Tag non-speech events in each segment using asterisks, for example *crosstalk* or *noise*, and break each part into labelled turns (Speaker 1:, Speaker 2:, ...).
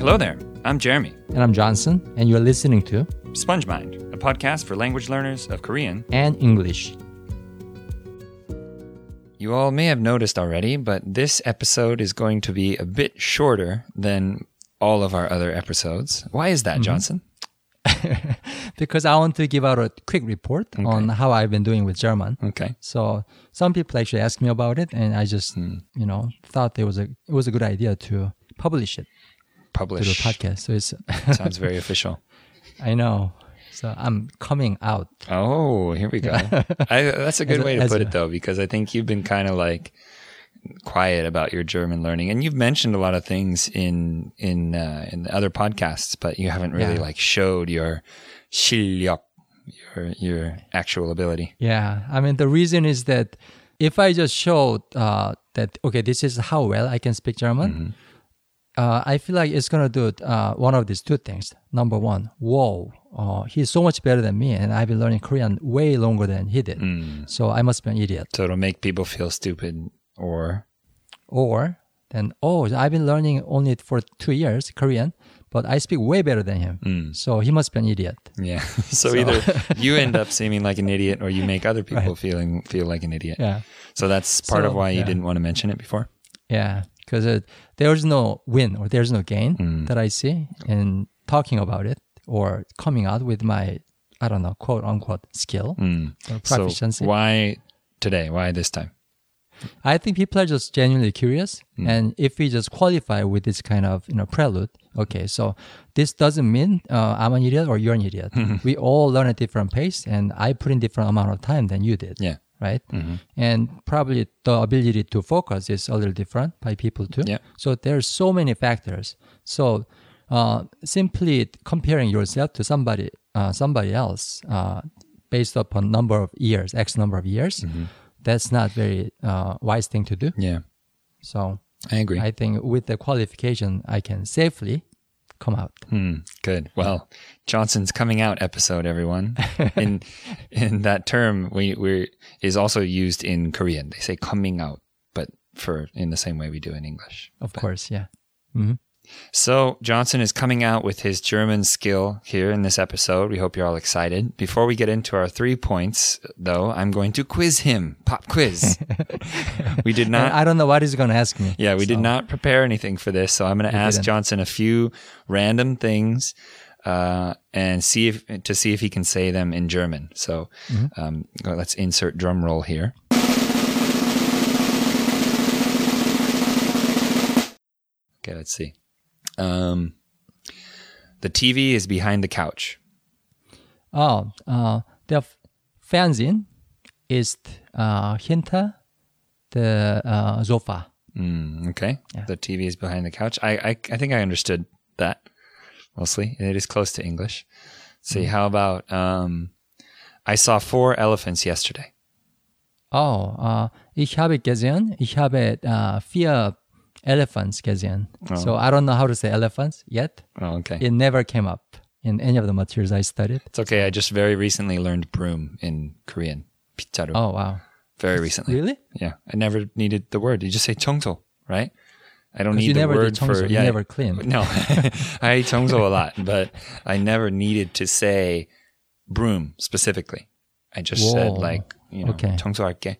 Speaker 1: Hello there. I'm Jeremy,
Speaker 2: And I'm Johnson, and you're listening to
Speaker 1: Sponge Mind, a podcast for language learners of Korean.
Speaker 2: And English.
Speaker 1: You all may have noticed already, but this episode is going to be a bit shorter than all of our other episodes. Why is that, Johnson?
Speaker 2: Because I want to give out a quick report on how I've been doing with German.
Speaker 1: Okay.
Speaker 2: So some people actually asked me about it, and I just, you know, thought it was a it was a good idea to publish it to the
Speaker 1: Publish.
Speaker 2: podcast. So it's, *laughs*
Speaker 1: Sounds very *laughs* official.
Speaker 2: I know, so I'm coming out.
Speaker 1: Oh, here
Speaker 2: *laughs*
Speaker 1: we go. I, that's a good
Speaker 2: As a-
Speaker 1: way to
Speaker 2: as
Speaker 1: put
Speaker 2: a-
Speaker 1: it, though, because I think you've been kind of like quiet about your German learning, and you've mentioned a lot of things in in uh, in the other podcasts, but you haven't really
Speaker 2: Yeah.
Speaker 1: like showed your 실력, your your actual ability.
Speaker 2: Yeah, I mean the reason is that if I just showed uh, that okay, this is how well I can speak German, uh, I feel like it's gonna do uh, one of these two things. Number one, whoa, uh, he's so much better than me, and I've been learning Korean way longer than he did, so I must be an idiot.
Speaker 1: So it'll make people feel stupid, or
Speaker 2: Or then, oh, I've been learning only for two years Korean, but I speak way better than him, so he must be an idiot.
Speaker 1: yeah. *laughs* so, either
Speaker 2: *laughs*
Speaker 1: you end up seeming like an idiot, or you make other people feeling feel like an idiot.
Speaker 2: Yeah.
Speaker 1: So that's part of
Speaker 2: So,
Speaker 1: why you
Speaker 2: yeah.
Speaker 1: didn't want to mention it before.
Speaker 2: Yeah, because there's no win or there's no gain that I see in talking about it or coming out with my, I don't know, quote unquote skill or proficiency.
Speaker 1: So why today? Why this time?
Speaker 2: I think people are just genuinely curious. And if we just qualify with this kind of, you know, prelude, okay, so this doesn't mean uh, I'm an idiot or you're an idiot. We all learn at different pace and I put in different amount of time than you did.
Speaker 1: Yeah.
Speaker 2: right?
Speaker 1: Mm-hmm.
Speaker 2: And probably the ability to focus is a little different by people too.
Speaker 1: Yeah.
Speaker 2: So there's so many factors. So uh, simply comparing yourself to somebody uh, somebody else uh, based upon number of years, X number of years,
Speaker 1: Mm-hmm.
Speaker 2: that's not very uh, wise thing to do.
Speaker 1: Yeah,
Speaker 2: So
Speaker 1: I agree.
Speaker 2: I think with the qualification, I can safely come out.
Speaker 1: Hmm, good. Well, Johnson's coming out episode, everyone. in in that term, we we is also used in Korean. They say coming out, but for in the same way we do in English.
Speaker 2: Of course, yeah.
Speaker 1: So Johnson is coming out with his German skill here in this episode. We hope you're all excited. Before we get into our three points, though, I'm going to quiz him. Pop quiz. *laughs* we did not
Speaker 2: *laughs* And I don't know what he's going to ask me.
Speaker 1: Yeah, we did not prepare anything for this, so I'm going to ask
Speaker 2: didn't.
Speaker 1: Johnson a few random things uh, and see if to see if he can say them in German. So um, go- let's insert drum roll here. Okay, let's see. Um, the TV is behind the couch.
Speaker 2: Oh, uh, der Fernsehen ist äh, hinter der äh, Sofa.
Speaker 1: Mm, okay,
Speaker 2: Yeah.
Speaker 1: the TV is behind the couch. I, I I think I understood that mostly. It is close to English. Let's
Speaker 2: Hmm.
Speaker 1: see, how about um, I saw four elephants yesterday.
Speaker 2: Oh, äh, ich habe gesehen, ich habe äh, vier Elephants gesehen. So I don't know how to say elephants yet.
Speaker 1: Oh, okay,
Speaker 2: It never came up in any of the materials I studied.
Speaker 1: it's okay. I just very recently learned broom in Korean. Picharu.
Speaker 2: Oh, wow.
Speaker 1: very recently.
Speaker 2: Really?
Speaker 1: Yeah, I never needed the word. You just say chongso, right? I don't need
Speaker 2: 'Cause Oh, you
Speaker 1: the
Speaker 2: never
Speaker 1: word
Speaker 2: did
Speaker 1: for
Speaker 2: 청소, you never cleaned.
Speaker 1: No, *laughs* I eat chongso a lot, but I never needed to say broom specifically. I just said
Speaker 2: Whoa.
Speaker 1: like you know
Speaker 2: Okay.
Speaker 1: 청소할게,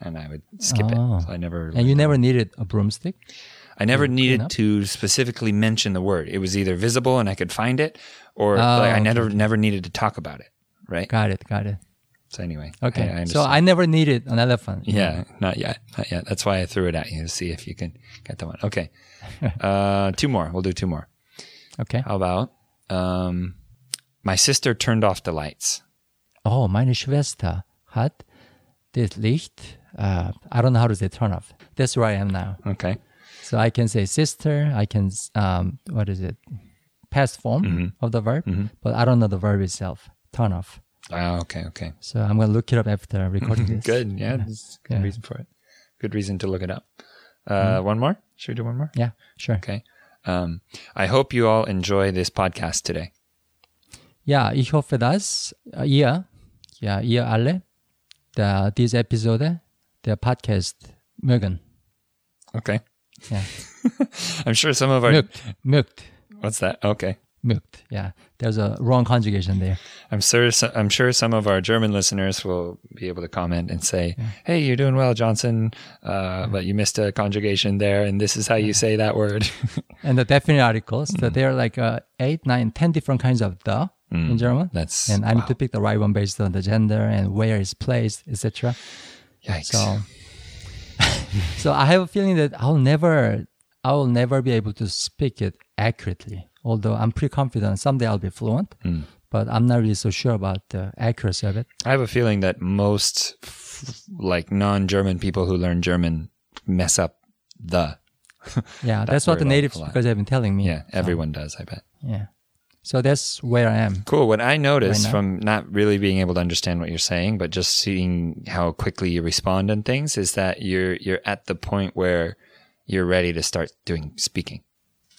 Speaker 1: and I would skip
Speaker 2: Oh.
Speaker 1: it. So I never,
Speaker 2: And you never needed a broomstick?
Speaker 1: I never needed
Speaker 2: up?
Speaker 1: to specifically mention the word. It was either visible and I could find it, or like, I
Speaker 2: Oh, okay.
Speaker 1: never never needed to talk about it. Right.
Speaker 2: Got it, got it.
Speaker 1: So anyway, I-
Speaker 2: Okay.
Speaker 1: I
Speaker 2: so
Speaker 1: understand.
Speaker 2: I never needed an elephant.
Speaker 1: Yeah, not yet. Not yet. That's why I threw it at you to see if you can get that one.
Speaker 2: *laughs*
Speaker 1: Okay. Uh, two more. We'll do two more.
Speaker 2: Okay.
Speaker 1: How about um, my sister turned off the lights?
Speaker 2: Oh, meine Schwester hat das Licht. Uh, I don't know how to say turn off. That's where I am now.
Speaker 1: Okay.
Speaker 2: So I can say sister. I can s- um, what is it? Past form
Speaker 1: Mm-hmm.
Speaker 2: of the verb, but I don't know the verb itself. Turn off.
Speaker 1: Ah, okay. Okay.
Speaker 2: So I'm gonna look it up after recording this.
Speaker 1: Mm-hmm. Good. Yeah. That's a good
Speaker 2: Yeah.
Speaker 1: reason for it. Good reason to look it up. Uh, One more. Should we do one more?
Speaker 2: Yeah, sure.
Speaker 1: Okay. Um, I hope you all enjoy this podcast today.
Speaker 2: Ja, ich hoffe, dass äh, ihr, ja, ihr alle, der, diese Episode, der Podcast mögen.
Speaker 1: Okay.
Speaker 2: Ja,
Speaker 1: I'm sure some of our
Speaker 2: mögt, mögt.
Speaker 1: What's that? Okay.
Speaker 2: Mögt. Yeah, there's a wrong conjugation there.
Speaker 1: I'm sure, I'm sure some of our German listeners will be able to comment and say, hey, you're doing well, Johnson, uh, but you missed a conjugation there, and this is how you say that word. *laughs*
Speaker 2: And the definite articles, so there are like uh, eight, nine, ten different kinds of the in German.
Speaker 1: That's-
Speaker 2: and I need to pick the right one based on the gender and where it's placed, etc.
Speaker 1: Yikes.
Speaker 2: So, *laughs* so I have a feeling that I'll never, I will never be able to speak it accurately. Although I'm pretty confident someday I'll be fluent, but I'm not really so sure about the accuracy of it.
Speaker 1: I have a feeling that most f- like non-German people who learn German mess up the.
Speaker 2: Yeah, that's, what
Speaker 1: where
Speaker 2: the
Speaker 1: it all
Speaker 2: native
Speaker 1: collides.
Speaker 2: speakers have been telling me.
Speaker 1: Yeah, everyone does, I bet.
Speaker 2: yeah. So that's where I am.
Speaker 1: Cool. What I noticed
Speaker 2: now.
Speaker 1: from not really being able to understand what you're saying, but just seeing how quickly you respond and things is that you're you're at the point where you're ready to start doing speaking.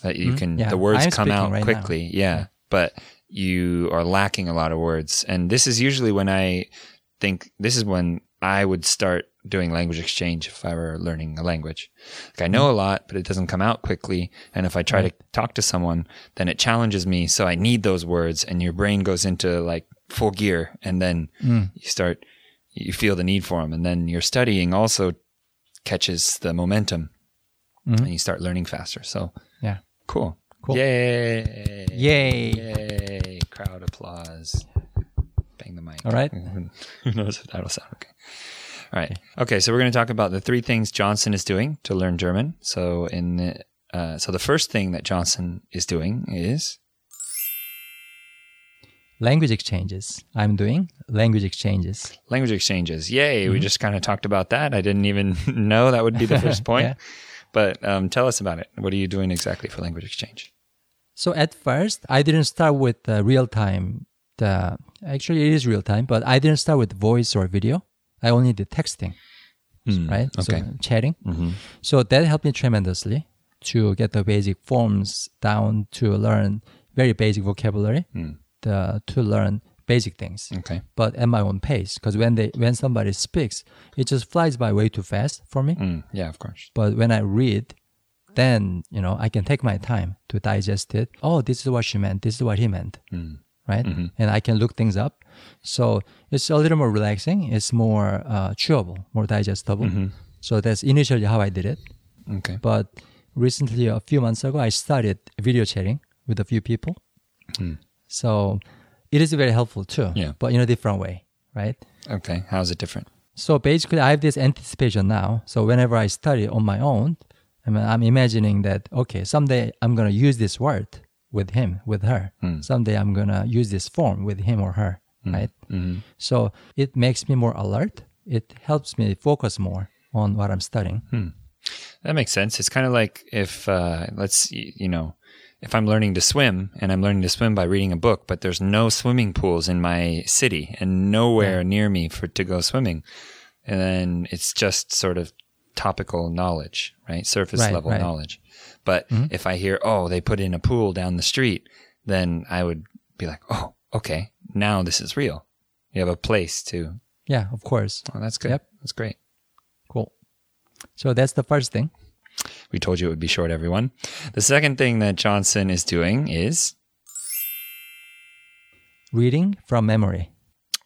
Speaker 1: That you can
Speaker 2: Hmm? Yeah,
Speaker 1: the words
Speaker 2: I'm
Speaker 1: come
Speaker 2: speaking
Speaker 1: out
Speaker 2: right now.
Speaker 1: quickly. Yeah. But you are lacking a lot of words. And this is usually when I think this is when I would start doing language exchange if I were learning a language. Like I
Speaker 2: Mm-hmm.
Speaker 1: know a lot, but it doesn't come out quickly. And if I try to talk to someone, then it challenges me. So I need those words, and your brain goes into like full gear, and then
Speaker 2: Mm.
Speaker 1: you start, you feel the need for them, and then your studying also catches the momentum, and you start learning faster. So
Speaker 2: Mm-hmm. Yeah.
Speaker 1: cool,
Speaker 2: Cool.
Speaker 1: yay,
Speaker 2: Yay.
Speaker 1: yay! Crowd applause. Bang the mic.
Speaker 2: All right.
Speaker 1: *laughs* Who knows if that'll sound okay. All right. Okay, so we're going to talk about the three things Johnson is doing to learn German. So in the, uh, so the first thing that Johnson is doing is
Speaker 2: Language exchanges. I'm doing language exchanges.
Speaker 1: language exchanges. Yay!
Speaker 2: Mm-hmm.
Speaker 1: We just kind of talked about that. I didn't even *laughs* know that would be the
Speaker 2: *laughs*
Speaker 1: first point.
Speaker 2: Yeah.
Speaker 1: But um, tell us about it. What are you doing exactly for language exchange?
Speaker 2: So at first, I didn't start with the real time. The actually it is real time, but I didn't start with voice or video. I only did texting, right?
Speaker 1: okay.
Speaker 2: So chatting. So that helped me tremendously to get the basic forms down, to learn very basic vocabulary, the, to learn basic things.
Speaker 1: Okay.
Speaker 2: But at my own pace, because when they when somebody speaks, it just flies by way too fast for me.
Speaker 1: Mm, yeah, of course.
Speaker 2: But when I read, then you know I can take my time to digest it. Oh, this is what she meant. This is what he meant, right? And I can look things up. So it's a little more relaxing. It's more uh, chewable, more digestible. So that's initially how I did it.
Speaker 1: Okay.
Speaker 2: But recently, a few months ago, I started video chatting with a few people. So it is very helpful too,
Speaker 1: Yeah.
Speaker 2: but in a different way, right?
Speaker 1: Okay. How is it different?
Speaker 2: So basically, I have this anticipation now. So whenever I study on my own, I mean, I'm imagining that okay, someday I'm gonna use this word with him, with her. Someday I'm gonna use this form with him or her, right? So it makes me more alert. It helps me focus more on what I'm studying.
Speaker 1: That makes sense. It's kind of like if uh, let's y- you know, if I'm learning to swim and I'm learning to swim by reading a book, but there's no swimming pools in my city and nowhere near me for to go swimming, and then it's just sort of topical knowledge, right? Surface
Speaker 2: Right,
Speaker 1: level
Speaker 2: right. Mm-hmm.
Speaker 1: knowledge. But if I hear, oh, they put in a pool down the street, then I would be like, oh, okay, now this is real. You have a place to.
Speaker 2: Yeah, of course.
Speaker 1: Oh, that's good.
Speaker 2: Yep.
Speaker 1: That's great.
Speaker 2: Cool. So that's the first thing.
Speaker 1: We told you it would be short, everyone. The second thing that Johnson is doing is
Speaker 2: Reading from memory.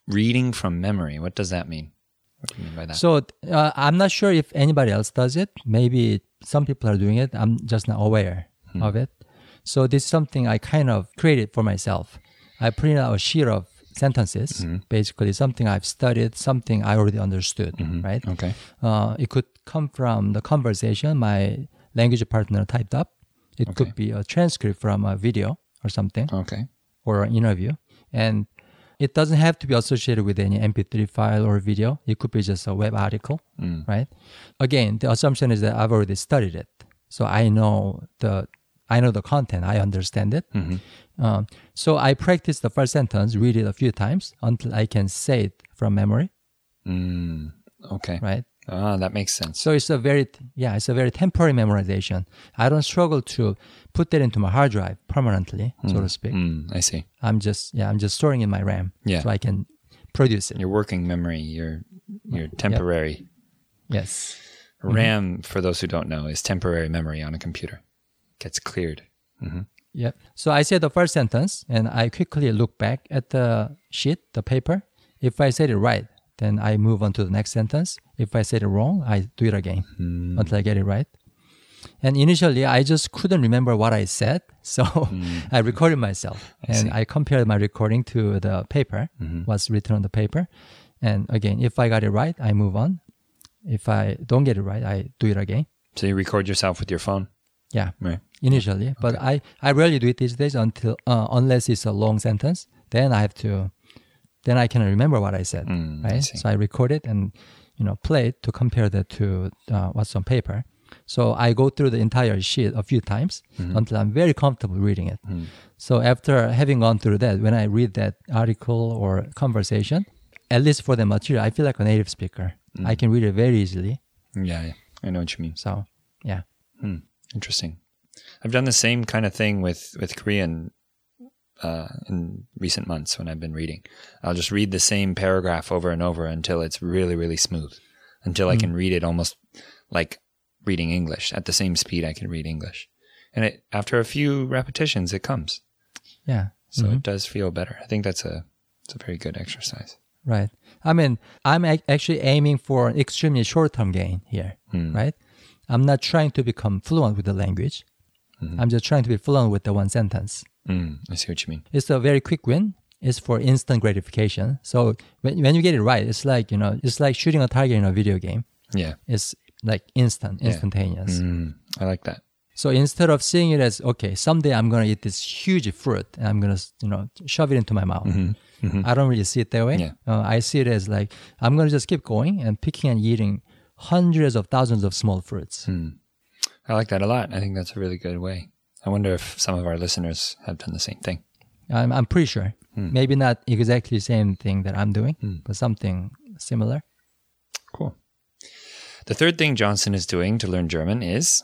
Speaker 1: reading from memory. What does that mean? What do you mean by that?
Speaker 2: So uh, I'm not sure if anybody else does it. Maybe some people are doing it. I'm just not aware of it. So this is something I kind of created for myself. I printed out a sheet of sentences, basically something I've studied, something I already understood, right?
Speaker 1: okay.
Speaker 2: Uh, it could come from the conversation my language partner typed up. It could be a transcript from a video or something
Speaker 1: Okay.
Speaker 2: or an interview. And it doesn't have to be associated with any MP3 file or video. It could be just a web article, right? Again, the assumption is that I've already studied it, so I know the I know the content. I understand it. Um, so I practice the first sentence, read it a few times until I can say it from memory,
Speaker 1: Mm, okay.
Speaker 2: right?
Speaker 1: Ah, that makes sense.
Speaker 2: So it's a very yeah, it's a very temporary memorization. I don't struggle to put that into my hard drive permanently, so to speak.
Speaker 1: Mm, I see.
Speaker 2: I'm just yeah, I'm just storing in my RAM.
Speaker 1: Yeah.
Speaker 2: So I can produce it.
Speaker 1: Your working memory, your your temporary
Speaker 2: Yes.
Speaker 1: Mm-hmm. RAM. For those who don't know, is temporary memory on a computer. Gets cleared.
Speaker 2: Yep. So I said the first sentence and I quickly look back at the sheet, the paper. If I said it right, then I move on to the next sentence. If I said it wrong, I do it again until I get it right. And initially, I just couldn't remember what I said. *laughs* So I recorded myself and Hmm. I Mm-hmm. compared my recording to the paper, what's written on the paper. And again, if I got it right, I move on. If I don't get it right, I do it again.
Speaker 1: So you record yourself with your phone,
Speaker 2: Yeah
Speaker 1: right?
Speaker 2: initially but i i rarely do it these days until uh, unless it's a long sentence then i have to then i can remember what i said
Speaker 1: Mm, I
Speaker 2: right
Speaker 1: see.
Speaker 2: so i record it and you know play it to compare that to uh, what's on paper so i go through the entire sheet a few times
Speaker 1: Mm-hmm.
Speaker 2: until i'm very comfortable reading it
Speaker 1: Mm.
Speaker 2: so after having gone through that when i read that article or conversation at least for the material i feel like a native speaker
Speaker 1: Mm.
Speaker 2: i can read it very easily
Speaker 1: Yeah, yeah. I know what you mean.
Speaker 2: so yeah
Speaker 1: Hmm. Interesting. I've done the same kind of thing with with Korean uh, in recent months when I've been reading. I'll just read the same paragraph over and over until it's really really smooth, until I can read it almost like reading English at the same speed I can read English. And it, after a few repetitions, it comes.
Speaker 2: yeah
Speaker 1: So it does feel better. I think that's a it's a very good exercise.
Speaker 2: Right. I mean, I'm ac- actually aiming for an extremely short term gain here, right? I'm not trying to become fluent with the language. I'm just trying to be fluent with the one sentence.
Speaker 1: Mm, I see what you mean.
Speaker 2: It's a very quick win. It's for instant gratification. So when, when you get it right, it's like, you know, it's like shooting a target in a video game.
Speaker 1: Yeah.
Speaker 2: It's like instant, instantaneous.
Speaker 1: Mm, I like that.
Speaker 2: So instead of seeing it as okay, someday I'm gonna eat this huge fruit and I'm gonna you know shove it into my mouth. I don't really see it that way.
Speaker 1: Mm-hmm. Yeah.
Speaker 2: Uh, I see it as like I'm gonna just keep going and picking and eating hundreds of thousands of small fruits.
Speaker 1: Hmm. I like that a lot. I think that's a really good way. I wonder if some of our listeners have done the same thing.
Speaker 2: I'm, I'm pretty sure.
Speaker 1: Hmm.
Speaker 2: Maybe not exactly the same thing that I'm doing, but something similar.
Speaker 1: Cool. The third thing Johnson is doing to learn German
Speaker 2: *laughs*
Speaker 1: is,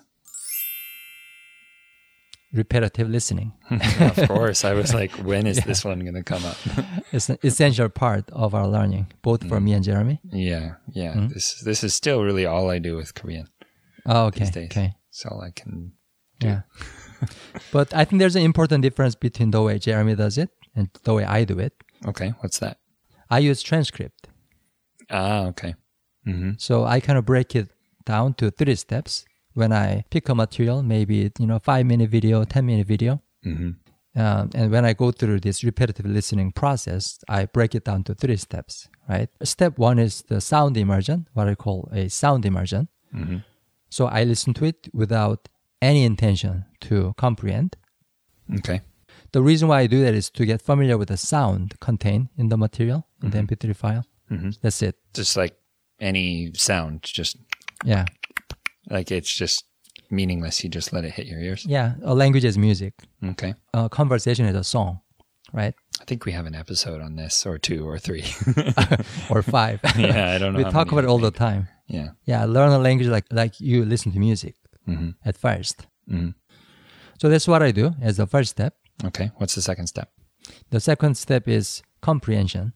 Speaker 2: Repetitive listening.
Speaker 1: of course, I was like, when is this one going to come
Speaker 2: *laughs*
Speaker 1: up?
Speaker 2: it's an essential part of our learning, both
Speaker 1: Hmm.
Speaker 2: for me and Jeremy.
Speaker 1: yeah, yeah.
Speaker 2: Hmm?
Speaker 1: This this is still really all I do with Korean
Speaker 2: Oh,
Speaker 1: these
Speaker 2: okay.
Speaker 1: days.
Speaker 2: Okay.
Speaker 1: It's all I can.
Speaker 2: Yeah. *laughs* but I think there's an important difference between the way Jeremy does it and the way I do it.
Speaker 1: Okay, what's that?
Speaker 2: I use transcript.
Speaker 1: Ah, okay. hmm
Speaker 2: So I kind of break it down to three steps. When I pick a material, maybe, you know, five minute video, 10 minute video.
Speaker 1: hmm
Speaker 2: Um, and when I go through this repetitive listening process, I break it down to three steps, right? Step one is the sound immersion, what I call a sound immersion.
Speaker 1: Mhm.
Speaker 2: So I listen to it without any intention to comprehend.
Speaker 1: Okay.
Speaker 2: The reason why I do that is to get familiar with the sound contained in the material, in
Speaker 1: Mm-hmm.
Speaker 2: the MP3 file.
Speaker 1: Mhm.
Speaker 2: That's it.
Speaker 1: Just like any sound, just
Speaker 2: Yeah.
Speaker 1: like it's just meaningless. You just let it hit your ears.
Speaker 2: Yeah. A language is music,
Speaker 1: Okay.
Speaker 2: a conversation is a song, right?
Speaker 1: I think we have an episode on this, or two, or
Speaker 2: *laughs*
Speaker 1: three. *laughs*
Speaker 2: Or five.
Speaker 1: yeah, I don't know.
Speaker 2: we
Speaker 1: how
Speaker 2: talk
Speaker 1: many.
Speaker 2: about it all the time.
Speaker 1: Yeah.
Speaker 2: Yeah. Learn a language like, like you listen to music
Speaker 1: Mhm.
Speaker 2: at first.
Speaker 1: Mhm.
Speaker 2: So that's what I do as the first step.
Speaker 1: Okay. What's the second step?
Speaker 2: The second step is comprehension.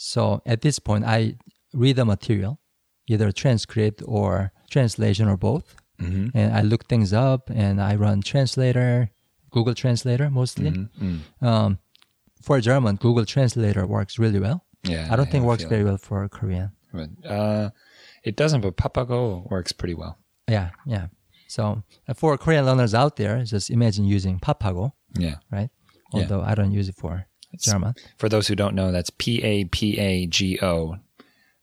Speaker 2: So at this point, I read the material, either transcript or translation or both.
Speaker 1: Mhm.
Speaker 2: And I look things up and I run translator, Google Translator mostly.
Speaker 1: Mm-hmm,
Speaker 2: Um, for German, Google Translator works really well.
Speaker 1: Yeah.
Speaker 2: I don't think
Speaker 1: it
Speaker 2: works very well for Korean.
Speaker 1: But, uh, it doesn't, but Papago works pretty well.
Speaker 2: Yeah, yeah. So uh, for Korean learners out there, just imagine using Papago,
Speaker 1: Yeah.
Speaker 2: right?
Speaker 1: Yeah.
Speaker 2: Although I don't use it for German.
Speaker 1: For those who don't know, that's P A P A G O.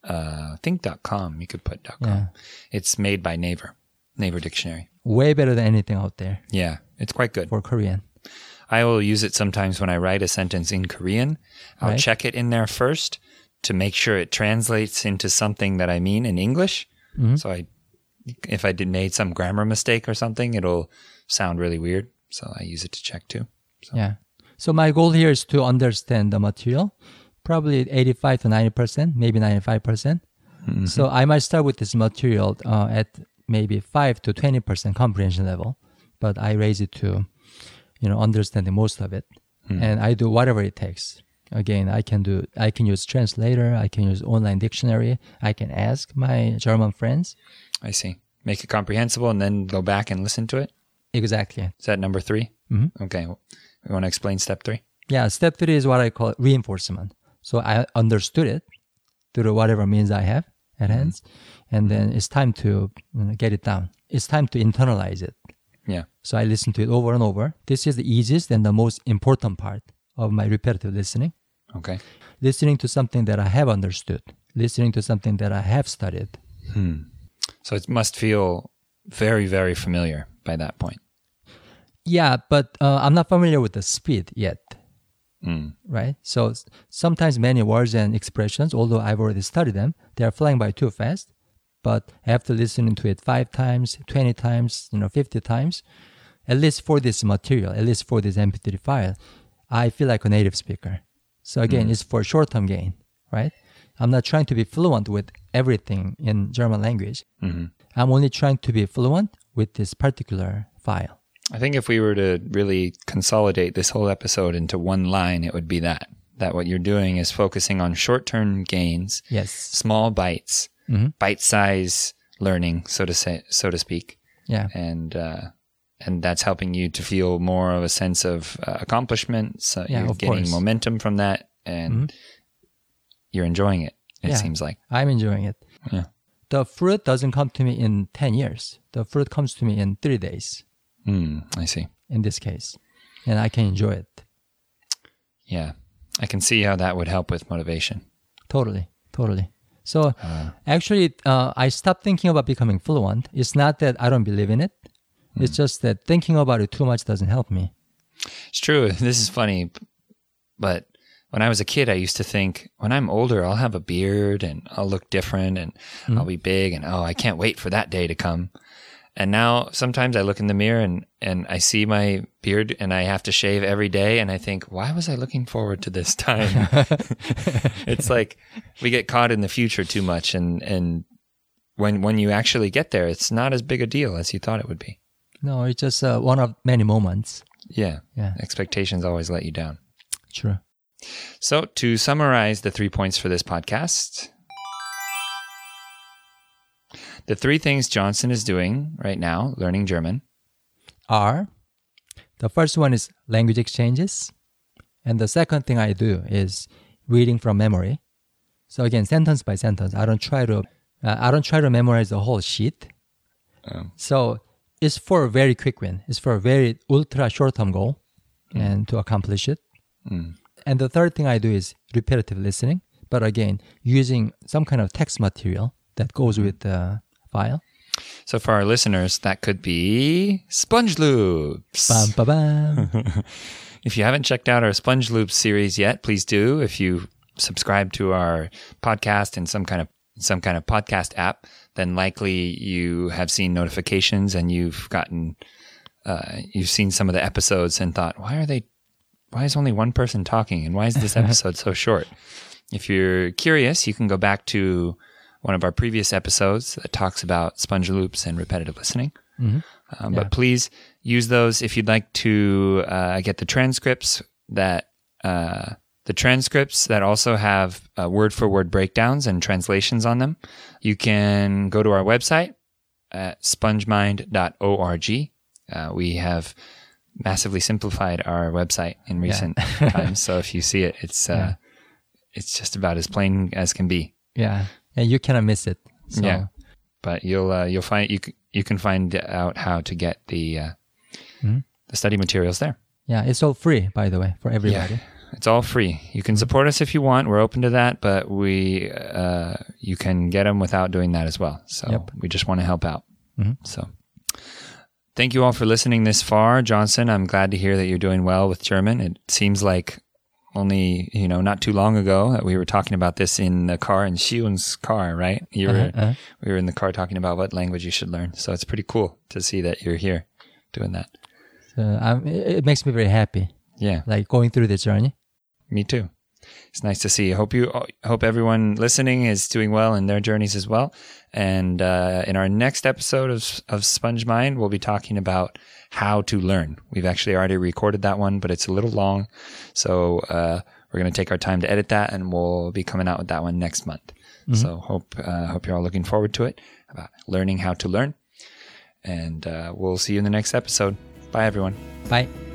Speaker 1: Uh, think.com. You could put dot .com.
Speaker 2: Yeah.
Speaker 1: It's made by Naver, Naver Dictionary.
Speaker 2: Way better than anything out there
Speaker 1: Yeah. It's quite good.
Speaker 2: for Korean.
Speaker 1: I will use it sometimes when I write a sentence in Korean. I'll
Speaker 2: Right.
Speaker 1: check it in there first to make sure it translates into something that I mean in English.
Speaker 2: Mm-hmm.
Speaker 1: So I, if I did made some grammar mistake or something, it'll sound really weird. So I use it to check too.
Speaker 2: Yeah. So my goal here is to understand the material, probably 85 to 90%, maybe 95%. percent So I might start with this material uh, at maybe 5 to 20% comprehension level, but I raise it to, you know, understanding most of it. And I do whatever it takes. Again, I can do I can use translator, I can use online dictionary, I can ask my German friends.
Speaker 1: I see. Make it comprehensible and then go back and listen to it.
Speaker 2: Exactly.
Speaker 1: Is that number 3
Speaker 2: Mhm.
Speaker 1: Okay. You want to explain step three?
Speaker 2: Yeah, step three is what I call reinforcement. So I understood it through whatever means I have at hands, and then it's time to you know, get it down. It's time to internalize it.
Speaker 1: Yeah.
Speaker 2: So I listen to it over and over. This is the easiest and the most important part of my repetitive listening.
Speaker 1: Okay.
Speaker 2: Listening to something that I have understood, listening to something that I have studied.
Speaker 1: So it must feel very, very familiar by that point.
Speaker 2: Yeah, but uh, I'm not familiar with the speed yet,
Speaker 1: Mm.
Speaker 2: right? So s- sometimes many words and expressions, although I've already studied them, they are flying by too fast. But after listening to it five times, 20 times, you know, 50 times, at least for this material, at least for this MP3 file, I feel like a native speaker. So again, it's for short term gain, right? I'm not trying to be fluent with everything in German language. I'm only trying to be fluent with this particular file.
Speaker 1: I think if we were to really consolidate this whole episode into one line, it would be that. That what you're doing is focusing on short term gains,
Speaker 2: Yes.
Speaker 1: small bites, bite size learning, so to say, so to speak.
Speaker 2: Yeah.
Speaker 1: And, uh, and that's helping you to feel more of a sense of uh, accomplishment. So
Speaker 2: Yeah,
Speaker 1: you're
Speaker 2: of
Speaker 1: getting
Speaker 2: course. Mm-hmm.
Speaker 1: momentum from that and you're enjoying it, it
Speaker 2: Yeah.
Speaker 1: seems like.
Speaker 2: I'm enjoying it.
Speaker 1: Yeah.
Speaker 2: The fruit doesn't come to me in 10 years. The fruit comes to me in three days
Speaker 1: Mm, I see.
Speaker 2: in this case. And I can enjoy it.
Speaker 1: Yeah. I can see how that would help with motivation.
Speaker 2: Totally. Totally. So actually, uh, I stopped thinking about becoming fluent. It's not that I don't believe in it. It's just that thinking about it too much doesn't help me.
Speaker 1: It's true. *laughs* This is funny, but when I was a kid, I used to think when I'm older, I'll have a beard and I'll look different and I'll be big and oh, I can't wait for that day to come. And now sometimes I look in the mirror and, and I see my beard and I have to shave every day. And I think, why was I looking forward to this time? it's like we get caught in the future too much. And, and when, when you actually get there, it's not as big a deal as you thought it would be.
Speaker 2: No, it's just uh, one of many moments.
Speaker 1: Yeah.
Speaker 2: Yeah.
Speaker 1: Expectations always let you down.
Speaker 2: True.
Speaker 1: So, to summarize the three points for this podcast, the three things Johnson is doing right now, learning German.
Speaker 2: are the first one is language exchanges and the second thing i do is reading from memory so again sentence by sentence i don't try to uh, i don't try to memorize the whole sheet
Speaker 1: Um.
Speaker 2: so it's for a very quick win it's for a very ultra short term goal and to accomplish it and the third thing i do is repetitive listening but again using some kind of text material that goes with the file
Speaker 1: So, for our listeners, that could be Sponge Loops.
Speaker 2: bam, ba, bam.
Speaker 1: If you haven't checked out our Sponge Loops series yet, please do. If you subscribe to our podcast in some kind of some kind of podcast app, then likely you have seen notifications and you've gotten uh, you've seen some of the episodes and thought, why are they? Why is only one person talking, and why is this episode so short? If you're curious, you can go back to one of our previous episodes that talks about sponge loops and repetitive listening. Um, But please use those if you'd like to uh, get the transcripts that uh, the transcripts that also have uh, word for word breakdowns and translations on them. You can go to our website at spongemind.org. Uh, we have massively simplified our website in recent times, so if you see it, it's uh, it's just about as plain as can be.
Speaker 2: yeah and you cannot miss it so
Speaker 1: Yeah, but you'll uh, you'll find you c- you can find out how to get the uh, the study materials there.
Speaker 2: Yeah, it's all free, by the way, for everybody.
Speaker 1: It's all free. You can support us if you want. We're open to that, but we uh, you can get them without doing that as well. So
Speaker 2: Yep. Mm-hmm.
Speaker 1: we just want to help out. So thank you all for listening this far, Johnson. I'm glad to hear that you're doing well with German. It seems like only you know not too long ago that we were talking about this in the car in Shion's car, right? You were
Speaker 2: Uh-huh,
Speaker 1: we were in the car talking about what language you should learn. So it's pretty cool to see that you're here doing that.
Speaker 2: So um, it, it makes me very happy,
Speaker 1: Yeah.
Speaker 2: like going through the journey.
Speaker 1: Me too. It's nice to see. I hope you I hope everyone listening is doing well in their journeys as well. And uh, in our next episode of of Sponge Mind, we'll be talking about how to learn. We've actually already recorded that one, but it's a little long, so uh, we're going to take our time to edit that, and we'll be coming out with that one next month. So hope uh, hope you're all looking forward to it about learning how to learn. And uh, we'll see you in the next episode. Bye, everyone.
Speaker 2: Bye.